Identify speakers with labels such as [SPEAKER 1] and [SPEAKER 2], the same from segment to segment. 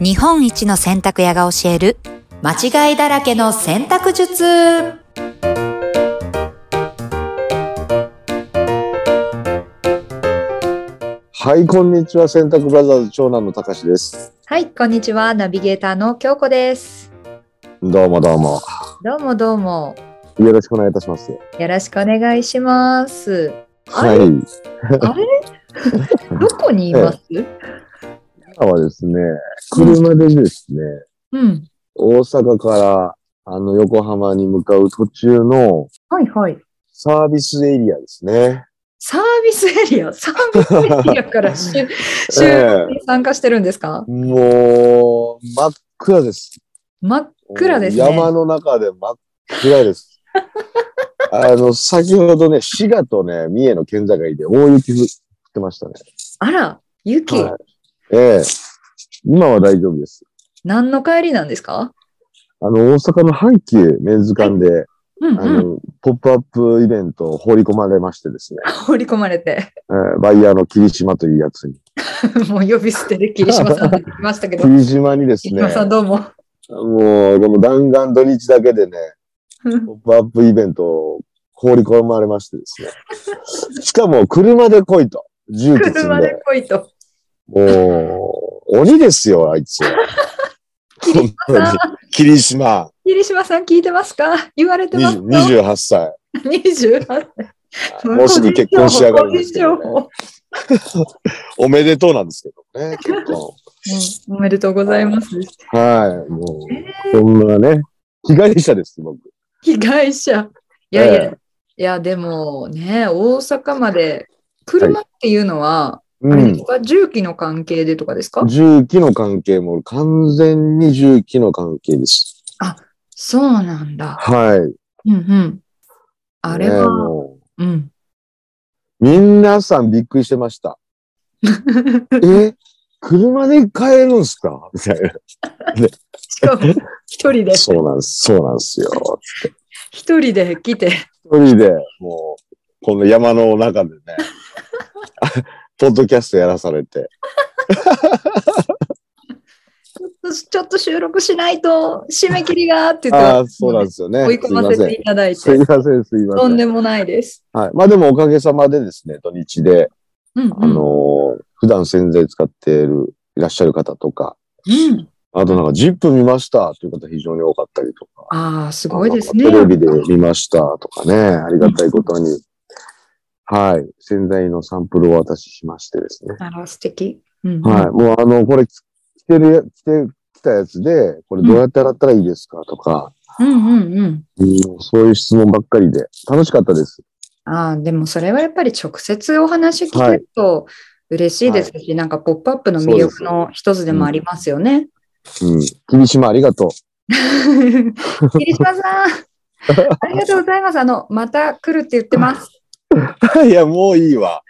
[SPEAKER 1] 日本一の洗濯屋が教える間違いだらけの洗濯術
[SPEAKER 2] はい、こんにちは。洗濯ブラザーズ長男のたかしです。
[SPEAKER 1] はいこんにちはナビゲーターの京子です
[SPEAKER 2] どうもどうも。
[SPEAKER 1] どうもどうも
[SPEAKER 2] よろしくお願いいたします。
[SPEAKER 1] よろしくお願いします
[SPEAKER 2] はい。
[SPEAKER 1] あれどこにいます
[SPEAKER 2] 今はですね、車でですね、
[SPEAKER 1] うん
[SPEAKER 2] 大阪からあの横浜に向かう途中の
[SPEAKER 1] はいはい
[SPEAKER 2] サービスエリアですね。
[SPEAKER 1] サービスエリアサービスエリア からし収録に参加してるんですか
[SPEAKER 2] もう、真っ暗です。
[SPEAKER 1] 真っ暗ですね
[SPEAKER 2] 山の中で真っ 暗です。あの、先ほどね、滋賀とね、三重の県境で大雪降ってましたね。
[SPEAKER 1] あら雪、
[SPEAKER 2] はいええ今は大丈夫です。
[SPEAKER 1] 何の帰りなんですか
[SPEAKER 2] あの、大阪の阪急メンズ館で、
[SPEAKER 1] うん
[SPEAKER 2] あ
[SPEAKER 1] うん
[SPEAKER 2] の、ポップアップイベントを放り込まれましてですね、
[SPEAKER 1] 放り込まれて
[SPEAKER 2] えーバイヤーの霧島というやつに。
[SPEAKER 1] もう呼び捨てで霧島さん出てきましたけど、
[SPEAKER 2] 霧島にです
[SPEAKER 1] 霧
[SPEAKER 2] ね、
[SPEAKER 1] 島さんどうも。
[SPEAKER 2] もう、この弾丸土日だけでね、ポップアップイベントを放り込まれまして ですね。しかも、車で来いと。重機積ん
[SPEAKER 1] 車で
[SPEAKER 2] で。
[SPEAKER 1] 来いと。
[SPEAKER 2] もう、鬼ですよ、あいつ。本当に。霧島、
[SPEAKER 1] 霧島さん聞いてますか言われ てますか
[SPEAKER 2] 28歳。
[SPEAKER 1] 20?
[SPEAKER 2] もうすぐ結婚し上がるんですけど、ね。
[SPEAKER 1] 個人
[SPEAKER 2] おめでとうなんですけどね、結構。
[SPEAKER 1] 情報うんおめでとうございます。
[SPEAKER 2] はい、もう、こんなね、被害者です、僕。
[SPEAKER 1] 被害者。いやいや、
[SPEAKER 2] ええ
[SPEAKER 1] いやでもね、大阪まで車っていうのは、
[SPEAKER 2] う
[SPEAKER 1] あれで
[SPEAKER 2] ん
[SPEAKER 1] す。か重機の関係でとかですか
[SPEAKER 2] 重機の関係も、完全に重機の関係です。
[SPEAKER 1] そうなんだ。
[SPEAKER 2] はい。
[SPEAKER 1] うんうん。あれ
[SPEAKER 2] ね
[SPEAKER 1] は、
[SPEAKER 2] も
[SPEAKER 1] うん。
[SPEAKER 2] う皆さんびっくりして ました。え車で帰るんすかみたいな。
[SPEAKER 1] しかも、一人で、
[SPEAKER 2] そうなんです、そうなんですよ。
[SPEAKER 1] 一人で来て、
[SPEAKER 2] 一人で、もう、この山の中 でね、ポッドキャストやらされて。
[SPEAKER 1] ちょっと収録しないと締め切りがって言って
[SPEAKER 2] あ
[SPEAKER 1] は
[SPEAKER 2] あ、そうなんですよね。
[SPEAKER 1] 追い込ませていただい
[SPEAKER 2] す
[SPEAKER 1] て、
[SPEAKER 2] いません。すいません、すいませ
[SPEAKER 1] と
[SPEAKER 2] ん
[SPEAKER 1] ん。でもないです。
[SPEAKER 2] はい。まあでもおかげさまでですね、土日で、
[SPEAKER 1] うん
[SPEAKER 2] あのー普段洗剤使っている、いらっしゃる方とか、
[SPEAKER 1] うん、
[SPEAKER 2] あとなんか、ジップ見ましたという方非常に多かったりとか。
[SPEAKER 1] ああ、すごいですね。
[SPEAKER 2] テレビで見ましたとかね、ありがたいこ とに。はい。洗剤のサンプルをお渡ししましてですね。
[SPEAKER 1] あら、素敵。うんうん
[SPEAKER 2] はい。もうあの、これ、着てるや、着てきたやつで、これどうやって洗ったらいいですかとか、
[SPEAKER 1] うんうんうん。
[SPEAKER 2] うんそういう質問ばっかりで、楽しかったです。
[SPEAKER 1] ああ、でもそれはやっぱり直接お話聞けると嬉しいですし、なんかポップアップの魅力の一つでもありますよね。
[SPEAKER 2] うん。君島ありがとう。
[SPEAKER 1] 霧島さん、ありがとうございます。あの、また来るって言って ます。
[SPEAKER 2] いや、もういい わ。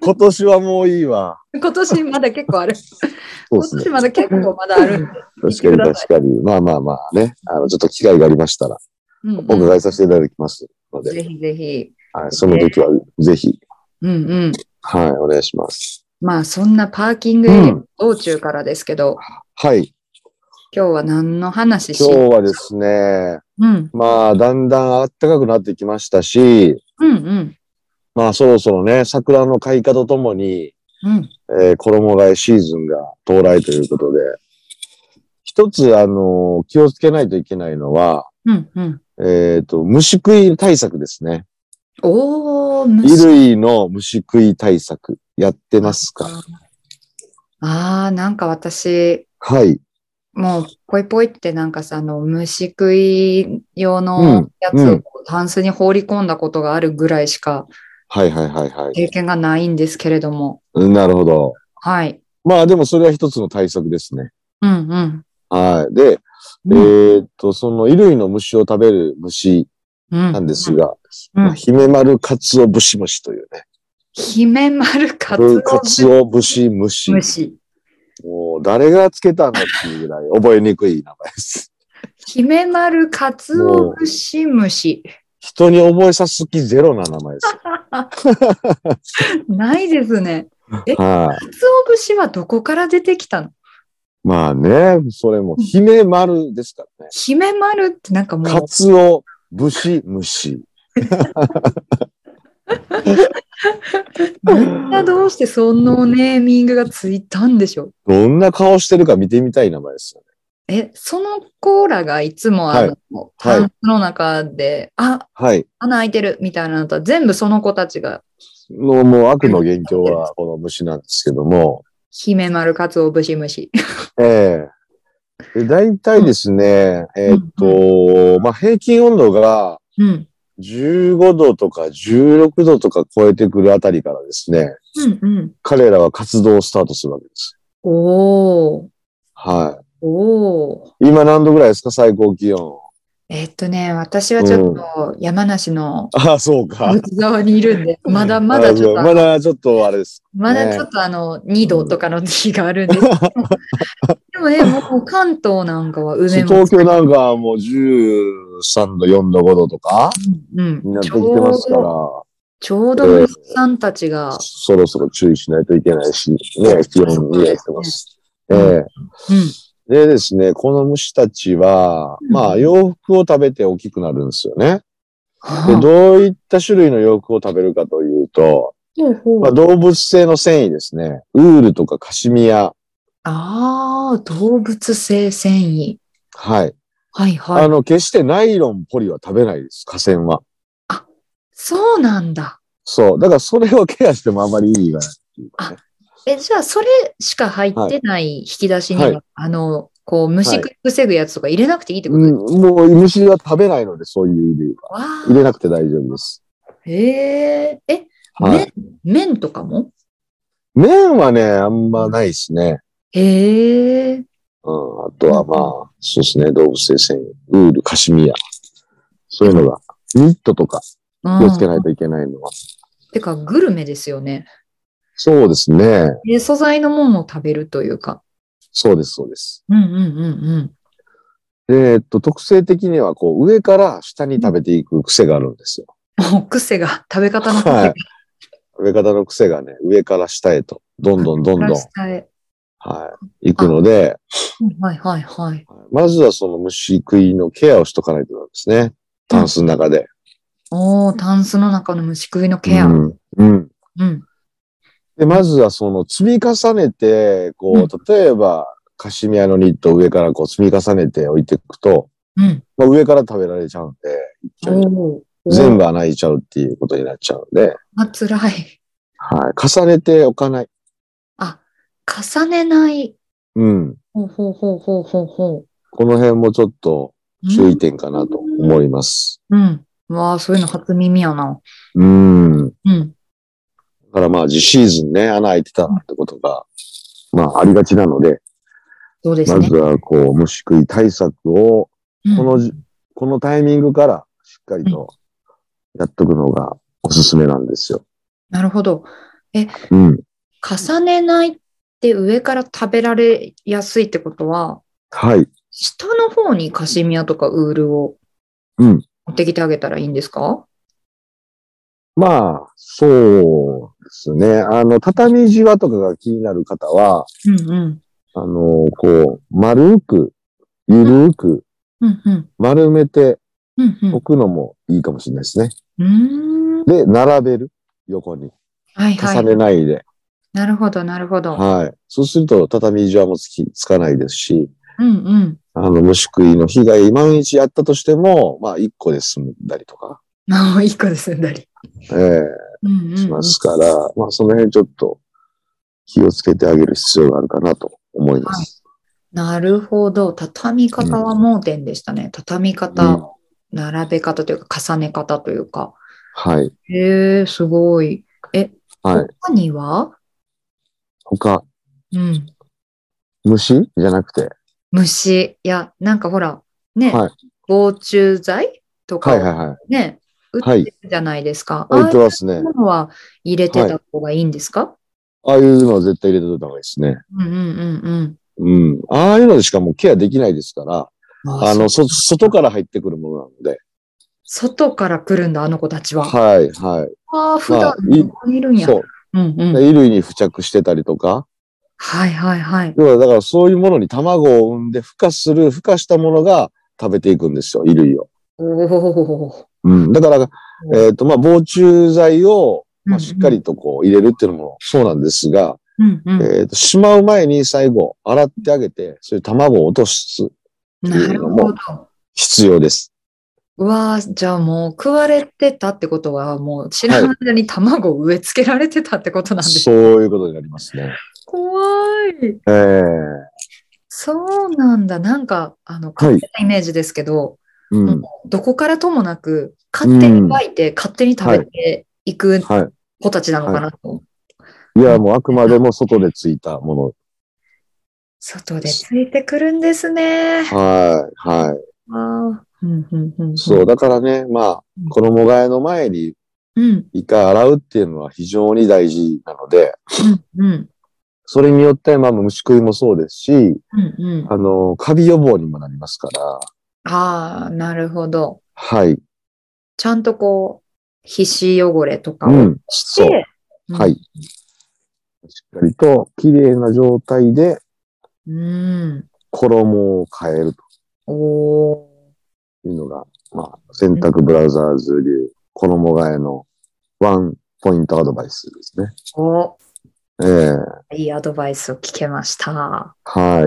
[SPEAKER 2] 今年はもういいわ。
[SPEAKER 1] 今年まだ結構ある。
[SPEAKER 2] そう
[SPEAKER 1] 今
[SPEAKER 2] ですね
[SPEAKER 1] 年。まだ結構まだあるん で。
[SPEAKER 2] 確かに確かに。まあまあまあね。あの、ちょっと機会がありましたら、
[SPEAKER 1] うん
[SPEAKER 2] お
[SPEAKER 1] う
[SPEAKER 2] 伺いさせていただきますの
[SPEAKER 1] ん、
[SPEAKER 2] で、
[SPEAKER 1] ぜひぜひ。
[SPEAKER 2] はい、その時はぜひ、
[SPEAKER 1] うんうん。
[SPEAKER 2] はい、お願いします。
[SPEAKER 1] まあそんなパーキングエリア
[SPEAKER 2] う
[SPEAKER 1] の道中からですけど、
[SPEAKER 2] はい、
[SPEAKER 1] 今日は何の話し
[SPEAKER 2] 今日はですね、
[SPEAKER 1] うん
[SPEAKER 2] まあ、だんだん暖かくなってきましたし、
[SPEAKER 1] うんうん
[SPEAKER 2] まあ、そろそろね、桜の開花とともに、
[SPEAKER 1] うん
[SPEAKER 2] えー衣替えシーズンが到来ということで、一つ、あの、気をつけないといけないのは、
[SPEAKER 1] うんうん。
[SPEAKER 2] えっ、と、虫食い対策ですね。
[SPEAKER 1] おー、虫
[SPEAKER 2] 衣類の虫食い対策、やってますか
[SPEAKER 1] あー、なんか私、
[SPEAKER 2] はい。
[SPEAKER 1] もうポイポイってなんかさ、あの虫食い用
[SPEAKER 2] う
[SPEAKER 1] の
[SPEAKER 2] ん
[SPEAKER 1] やつ
[SPEAKER 2] う
[SPEAKER 1] を
[SPEAKER 2] ん
[SPEAKER 1] こうタンスに放り込んだことがあるぐらいしか
[SPEAKER 2] はいはいはいは
[SPEAKER 1] 経験がないんですけれども、
[SPEAKER 2] い。なるほど。
[SPEAKER 1] はい。
[SPEAKER 2] まあでもそれは一つの対策ですね。
[SPEAKER 1] うん
[SPEAKER 2] はい。で、
[SPEAKER 1] うん。
[SPEAKER 2] えーっと、その衣類の虫を食べる虫
[SPEAKER 1] うん
[SPEAKER 2] なんですが、
[SPEAKER 1] うん
[SPEAKER 2] まあヒメマルカツオブシムシというね。
[SPEAKER 1] ヒメマルカツオ
[SPEAKER 2] カツオブシムシ。
[SPEAKER 1] 虫。
[SPEAKER 2] もう誰がつけたんだっていうぐらい覚えにくい名前です。
[SPEAKER 1] ヒメマルカツオブシムシ。
[SPEAKER 2] 人に覚えさす気ゼロな名前 です。
[SPEAKER 1] ないですね。え
[SPEAKER 2] はい。
[SPEAKER 1] カツオブシはどこから出てきたの
[SPEAKER 2] まあね、それも、姫丸ですからね。
[SPEAKER 1] 姫丸ってなんかも
[SPEAKER 2] カ
[SPEAKER 1] う、
[SPEAKER 2] ツオ、武士、虫。
[SPEAKER 1] みんなどうしてそのネーミングがついたんでしょう
[SPEAKER 2] どんな顔してるか見てみたい名前ですよね。
[SPEAKER 1] え、そのコーラがいつもあの、
[SPEAKER 2] は
[SPEAKER 1] タ
[SPEAKER 2] い
[SPEAKER 1] ンスの中で、あ、
[SPEAKER 2] はい。
[SPEAKER 1] 穴開いてるみたいなのとは全部その子たちが、
[SPEAKER 2] の、もう悪の元凶はこの虫なんですけども、
[SPEAKER 1] 姫丸カツオブシムシ。
[SPEAKER 2] ええで大体ですね、えーっと、まあ、平均温度が
[SPEAKER 1] うん。
[SPEAKER 2] 15度とか16度とか超えてくるあたりからですね、
[SPEAKER 1] うんうん。
[SPEAKER 2] 彼らは活動をスタートするわけです。
[SPEAKER 1] おー。
[SPEAKER 2] は
[SPEAKER 1] おー。
[SPEAKER 2] い。今何度ぐらいですか最高気温。
[SPEAKER 1] えっとね、私はちょっと山梨の
[SPEAKER 2] ああ、そうか。
[SPEAKER 1] 仏沢にいるんで、まだま
[SPEAKER 2] あ
[SPEAKER 1] だ
[SPEAKER 2] の
[SPEAKER 1] ちょっとあの
[SPEAKER 2] まだちょっとあれです。
[SPEAKER 1] まだちょっとあの、2度とかの時期があるん ですけど、でもね、もう関東なんかは梅も、
[SPEAKER 2] 東京なんかはもう13度、4度、5度とか
[SPEAKER 1] うん
[SPEAKER 2] に
[SPEAKER 1] う、
[SPEAKER 2] なんって
[SPEAKER 1] ち
[SPEAKER 2] きて
[SPEAKER 1] ょう
[SPEAKER 2] ますから、
[SPEAKER 1] ど、ちょうど虫さんたちが、
[SPEAKER 2] そろそろ注意しないといけないし、ね、気温にやってます。え
[SPEAKER 1] そう
[SPEAKER 2] え
[SPEAKER 1] うん、
[SPEAKER 2] でですね、この虫たちは、
[SPEAKER 1] うん
[SPEAKER 2] まあ、洋服を食べて大きくなるんですよね。で、
[SPEAKER 1] はあ
[SPEAKER 2] どういった種類の洋服を食べるかというと、
[SPEAKER 1] ほうほう
[SPEAKER 2] まあ、動物性の繊維ですね。ウールとかカシミヤ。
[SPEAKER 1] ああ、動物性繊維。
[SPEAKER 2] はい。
[SPEAKER 1] はい
[SPEAKER 2] あ
[SPEAKER 1] はい。
[SPEAKER 2] の、決してナイロン、ポリは食べないです。河川は。
[SPEAKER 1] そうなんだ。
[SPEAKER 2] そう。だからそれをケアしてもあまり意味がないっていうかね。
[SPEAKER 1] え、じゃあ、それしか入ってない引き出しには、
[SPEAKER 2] はい
[SPEAKER 1] あの、こう、虫食い防ぐやつとか入れなくていいってことです
[SPEAKER 2] うん、もう虫は食べないので、そういう意味で言うか。
[SPEAKER 1] わあ
[SPEAKER 2] 入れなくて大丈夫です。
[SPEAKER 1] へえ、え、
[SPEAKER 2] はい。
[SPEAKER 1] 麺、麺とかも
[SPEAKER 2] 麺はね、あんまないですね。
[SPEAKER 1] へえ、
[SPEAKER 2] うん。あとはまあ、そうですね、動物性繊維、ウール、カシミヤ。そういうのが、ニットとか
[SPEAKER 1] うん
[SPEAKER 2] 気をつけないといけないのは。
[SPEAKER 1] てか、グルメですよね。
[SPEAKER 2] そうですね。
[SPEAKER 1] で素材のものを食べるというか。
[SPEAKER 2] そうです、そうです。
[SPEAKER 1] うんうんうん
[SPEAKER 2] でえっと、特性的には、こう、上から下に食べていく癖があるんですよ。
[SPEAKER 1] うん。もう癖が、食べ方の癖が、
[SPEAKER 2] はい食べ方の癖がね、上から下へと、どんどんどんどん、
[SPEAKER 1] 下へ
[SPEAKER 2] はい、行くので、
[SPEAKER 1] うんはいはいはい。
[SPEAKER 2] まずはその虫食いのケアをしとかないとなんですね。タンスの中で。
[SPEAKER 1] おー、タンスの中の虫食いのケア。
[SPEAKER 2] う
[SPEAKER 1] うん。
[SPEAKER 2] ん。うん
[SPEAKER 1] うん。
[SPEAKER 2] で、まずはその積み重ねて、
[SPEAKER 1] う
[SPEAKER 2] こ
[SPEAKER 1] ん
[SPEAKER 2] う、例えば、カシミヤのニットを上からこう積み重ねて置いていくと、まあ、上から食べられちゃうんで、一緒に
[SPEAKER 1] おーおー。
[SPEAKER 2] 全部穴開いちゃうっていうことになっちゃうんで、
[SPEAKER 1] あ、辛い。
[SPEAKER 2] はい。重ねておかない。
[SPEAKER 1] あ、重ねない。
[SPEAKER 2] うん。
[SPEAKER 1] ほうほうほうほうほうほ
[SPEAKER 2] この辺もちょっと
[SPEAKER 1] う。
[SPEAKER 2] 注意点かなと思います。
[SPEAKER 1] うん。うん。わあ、そういうの初耳やな。
[SPEAKER 2] うん。
[SPEAKER 1] うん。
[SPEAKER 2] だからまあ、次シーズンね、穴開いてたってことが、まあ、ありがちなので、
[SPEAKER 1] そうです
[SPEAKER 2] ま
[SPEAKER 1] ね
[SPEAKER 2] ず。はこう、虫食い対策を、
[SPEAKER 1] うん
[SPEAKER 2] このじ、このタイミングからしっかりとやっとくのがおすすめなんですよ。
[SPEAKER 1] なるほど。
[SPEAKER 2] うん。
[SPEAKER 1] 重ねないって上から食べられやすいってことは、
[SPEAKER 2] はい。
[SPEAKER 1] 下の方にカシミヤとかウールを
[SPEAKER 2] うん
[SPEAKER 1] 持ってきてあげたらいいんですか、
[SPEAKER 2] まあ、そうですね。あの、畳じわとかが気になる方は、
[SPEAKER 1] うん、うん
[SPEAKER 2] あの、こう、丸く、ゆるく、
[SPEAKER 1] うんうん。
[SPEAKER 2] 丸めて
[SPEAKER 1] うんうん
[SPEAKER 2] おくのもいいかもしれないですね。
[SPEAKER 1] うーん。
[SPEAKER 2] で、並べる。横に。
[SPEAKER 1] はいは
[SPEAKER 2] 重
[SPEAKER 1] い。
[SPEAKER 2] ねないで。
[SPEAKER 1] なるほど、なるほど。
[SPEAKER 2] はい。そうすると、畳じわもつき、つかないですし、
[SPEAKER 1] うんうん。
[SPEAKER 2] あの、虫食いの被害、万一あったとしても、まあ、一個で済んだりとか。
[SPEAKER 1] もう一個で済んだり。
[SPEAKER 2] ええ
[SPEAKER 1] うんうん、
[SPEAKER 2] しますから、まあその辺ちょっと気をつけてあげる必要があるかなと思います。
[SPEAKER 1] なるほど。畳み方は盲点でしたね。畳み方、
[SPEAKER 2] うん
[SPEAKER 1] 並べ方というか、重ね方というか。
[SPEAKER 2] はい。
[SPEAKER 1] へえ、すごい。え、
[SPEAKER 2] はい。
[SPEAKER 1] 他には、
[SPEAKER 2] 他、
[SPEAKER 1] うん、
[SPEAKER 2] 虫じゃなくて。
[SPEAKER 1] 虫。いや、なんかほら、ね、
[SPEAKER 2] はい
[SPEAKER 1] 防虫剤とか
[SPEAKER 2] はい
[SPEAKER 1] を
[SPEAKER 2] はいはい。
[SPEAKER 1] ね、
[SPEAKER 2] は
[SPEAKER 1] 打っ
[SPEAKER 2] い
[SPEAKER 1] てるじゃないですか。
[SPEAKER 2] 置いて
[SPEAKER 1] あ
[SPEAKER 2] ます
[SPEAKER 1] あい
[SPEAKER 2] ね
[SPEAKER 1] う。ものは入れてた方がいいんですか、
[SPEAKER 2] ああいうのは絶対入れといた方がいいですね。
[SPEAKER 1] うんうんうん
[SPEAKER 2] うん。ああいうのでしかもうケアできないですから、
[SPEAKER 1] うん。あ
[SPEAKER 2] あの、
[SPEAKER 1] そう
[SPEAKER 2] そ、外から入ってくるものなので。
[SPEAKER 1] 外から来るんだ、あの子たちは。
[SPEAKER 2] はいは
[SPEAKER 1] ああ、普段
[SPEAKER 2] まあい
[SPEAKER 1] ここにいるん
[SPEAKER 2] い。
[SPEAKER 1] や。
[SPEAKER 2] そう。
[SPEAKER 1] うんうん
[SPEAKER 2] 衣類に付着してたりとか、
[SPEAKER 1] はいはいはい。
[SPEAKER 2] 要はだからそういうものに卵を産んで孵化する、孵化したものが食べていくんですよ、衣類を。
[SPEAKER 1] おお。
[SPEAKER 2] うん。だから、
[SPEAKER 1] うん
[SPEAKER 2] えっ、と、まあ、防虫剤を、
[SPEAKER 1] うんう
[SPEAKER 2] まあ、
[SPEAKER 1] ん
[SPEAKER 2] しっかりとこう入れるっていうのもそうなんですが、
[SPEAKER 1] うんうん。
[SPEAKER 2] えっ、と、しまう前に最後、洗ってあげて、そういう卵を落とす
[SPEAKER 1] なるほど。
[SPEAKER 2] 必要です。
[SPEAKER 1] うわあ、じゃあもう食われてたってことは、もう知らない間に卵を植え付けられてたってことなんです。
[SPEAKER 2] そういうことになりますね。
[SPEAKER 1] 怖い。
[SPEAKER 2] ええ
[SPEAKER 1] そうなんだ。なんか、あの、勝手なイメージですけど、
[SPEAKER 2] うん。
[SPEAKER 1] どこからともなく、勝手に湧いて、勝手に食べていく
[SPEAKER 2] は
[SPEAKER 1] 子たちなのかなと。
[SPEAKER 2] い。いや、もうあくまでも外でついたも
[SPEAKER 1] 外でついてくるんですね。
[SPEAKER 2] の。はい。はい。
[SPEAKER 1] わあうんうんうんうん
[SPEAKER 2] そう、だからね、まあ
[SPEAKER 1] うん、
[SPEAKER 2] 衣替えの前に
[SPEAKER 1] うん
[SPEAKER 2] 一回洗うっていうのは非常に大事なので、
[SPEAKER 1] うんうん
[SPEAKER 2] それによって、まあ、虫食いもそうですし、
[SPEAKER 1] うんうん。
[SPEAKER 2] あの、カビ予防にもなりますから、
[SPEAKER 1] ああ、なるほど。
[SPEAKER 2] はい。
[SPEAKER 1] ちゃんとこう、皮脂汚れとか
[SPEAKER 2] う
[SPEAKER 1] を
[SPEAKER 2] ん。
[SPEAKER 1] して、
[SPEAKER 2] そう。
[SPEAKER 1] うん
[SPEAKER 2] はい。。しっかりと、綺麗な状態で
[SPEAKER 1] うん。
[SPEAKER 2] 衣を変えると
[SPEAKER 1] おー
[SPEAKER 2] いうのが、まあ、洗濯ブラザーズ流、衣替えのワンポイントアドバイスですね。
[SPEAKER 1] お。
[SPEAKER 2] ええ
[SPEAKER 1] いいアドバイスを聞けました。
[SPEAKER 2] はい。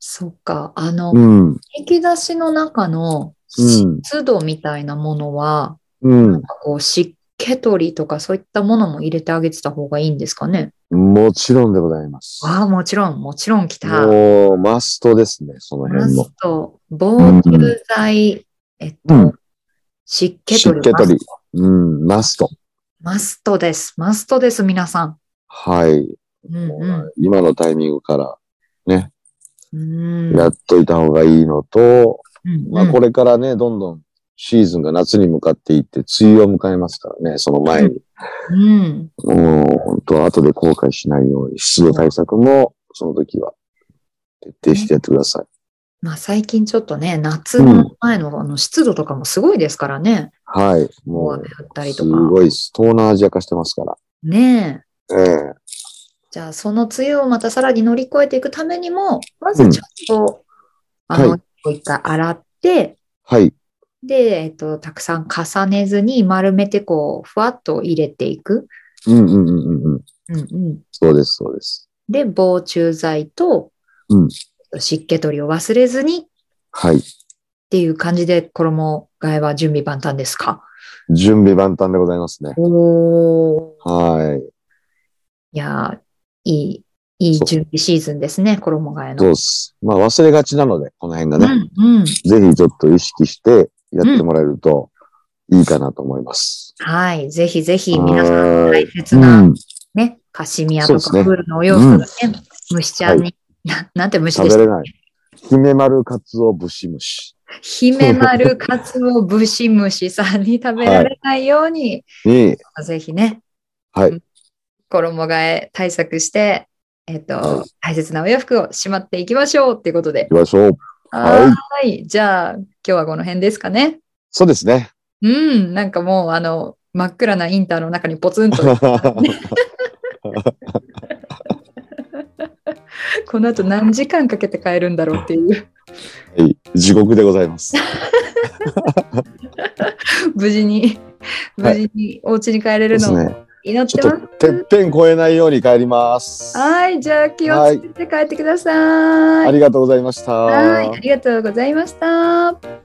[SPEAKER 1] そっか。あの、
[SPEAKER 2] うん。
[SPEAKER 1] 引き出しの中の
[SPEAKER 2] うん
[SPEAKER 1] 湿度みたいなものは、
[SPEAKER 2] うん。
[SPEAKER 1] こう湿気取りとかそういったものも入れてあげてた方がいいんですかね。
[SPEAKER 2] もちろんでございます。
[SPEAKER 1] ああ、もちろん、もちろん来た。
[SPEAKER 2] もう、マストですね、その
[SPEAKER 1] ラ
[SPEAKER 2] 辺の。
[SPEAKER 1] スト、防虫剤、えっと、
[SPEAKER 2] うん
[SPEAKER 1] 湿気取り。
[SPEAKER 2] 湿気取りうん、マスト。
[SPEAKER 1] マストです。マストです、皆さん。
[SPEAKER 2] はい。
[SPEAKER 1] うん
[SPEAKER 2] もう
[SPEAKER 1] うん
[SPEAKER 2] 今のタイミングから
[SPEAKER 1] うん
[SPEAKER 2] やっといた方がいいのと、
[SPEAKER 1] うん
[SPEAKER 2] まあこれからね、どんどんシーズンが夏に向かっていって、梅雨を迎えますからね、その前に。
[SPEAKER 1] うん
[SPEAKER 2] もう本当は後で後悔しないように、湿度対策もその時は徹底してやってください。
[SPEAKER 1] まあ、最近ちょっとね、夏の前のあの湿度とかもすごいですからね。
[SPEAKER 2] はい。も
[SPEAKER 1] 大
[SPEAKER 2] う
[SPEAKER 1] 雨、降ったり
[SPEAKER 2] す
[SPEAKER 1] とか。
[SPEAKER 2] ごいです、東南アジア化してますから。
[SPEAKER 1] ねえ。
[SPEAKER 2] ええ
[SPEAKER 1] じゃあ、その梅雨をまたさらに乗り越えていくためにも、まずちゃんと、あ
[SPEAKER 2] は
[SPEAKER 1] の、一回洗って、
[SPEAKER 2] はい。
[SPEAKER 1] で、えっと、たくさん重ねずに丸めて、こう、ふわっと入れていく。
[SPEAKER 2] うんうんうんうんうん。
[SPEAKER 1] うんうん。
[SPEAKER 2] そうです、そうです。
[SPEAKER 1] で、防虫剤と、
[SPEAKER 2] うん
[SPEAKER 1] 湿気取りを忘れずにっ
[SPEAKER 2] はい。
[SPEAKER 1] ていう感じで衣替えは準備万端ですか。
[SPEAKER 2] 準備万端でございますね。
[SPEAKER 1] お
[SPEAKER 2] はい。
[SPEAKER 1] いやー、いい、いい
[SPEAKER 2] そう
[SPEAKER 1] 準備シーズンですね、衣替え
[SPEAKER 2] そう
[SPEAKER 1] の。
[SPEAKER 2] です。まあ忘れがちなので、この辺がね。
[SPEAKER 1] うん、うん。
[SPEAKER 2] ぜひちょっと意識してやってもらえるといいかなと思います。
[SPEAKER 1] はい。ぜひぜひ皆さん
[SPEAKER 2] はー
[SPEAKER 1] 大
[SPEAKER 2] い
[SPEAKER 1] 切な
[SPEAKER 2] うん
[SPEAKER 1] ね、カシミヤと
[SPEAKER 2] そう
[SPEAKER 1] か
[SPEAKER 2] ですね
[SPEAKER 1] プールのお洋服がね、虫ちゃんに、な なんて虫で
[SPEAKER 2] 食
[SPEAKER 1] し
[SPEAKER 2] べ
[SPEAKER 1] た
[SPEAKER 2] れない。姫丸カツオブシムシ
[SPEAKER 1] ヒメマルカツオブシムシさんに食べられないように、
[SPEAKER 2] に、
[SPEAKER 1] ぜひね、
[SPEAKER 2] はい。
[SPEAKER 1] 衣替え対策して、えっ、と、
[SPEAKER 2] は
[SPEAKER 1] 大切なお洋服をしまっていきましょうっていうことで。
[SPEAKER 2] 行きましょう。はい
[SPEAKER 1] はーい。じゃあ、今日はこの辺ですかね。
[SPEAKER 2] そうですね。
[SPEAKER 1] うん、なんかもう、あの、真っ暗なインターの中にポツンと、 この後何時間かけて帰るんだろうっていう、
[SPEAKER 2] はい地獄でございます。
[SPEAKER 1] 無事に、無事にお家に帰れ
[SPEAKER 2] で
[SPEAKER 1] る
[SPEAKER 2] す
[SPEAKER 1] のを
[SPEAKER 2] ね。
[SPEAKER 1] 祈っ
[SPEAKER 2] ち
[SPEAKER 1] て
[SPEAKER 2] ょ
[SPEAKER 1] ま
[SPEAKER 2] っ
[SPEAKER 1] す。
[SPEAKER 2] とてっぺん越えないように帰ります。
[SPEAKER 1] はい、じゃあ気をつけて帰ってください。
[SPEAKER 2] ありがとうございました。
[SPEAKER 1] はい、ありがとうございました。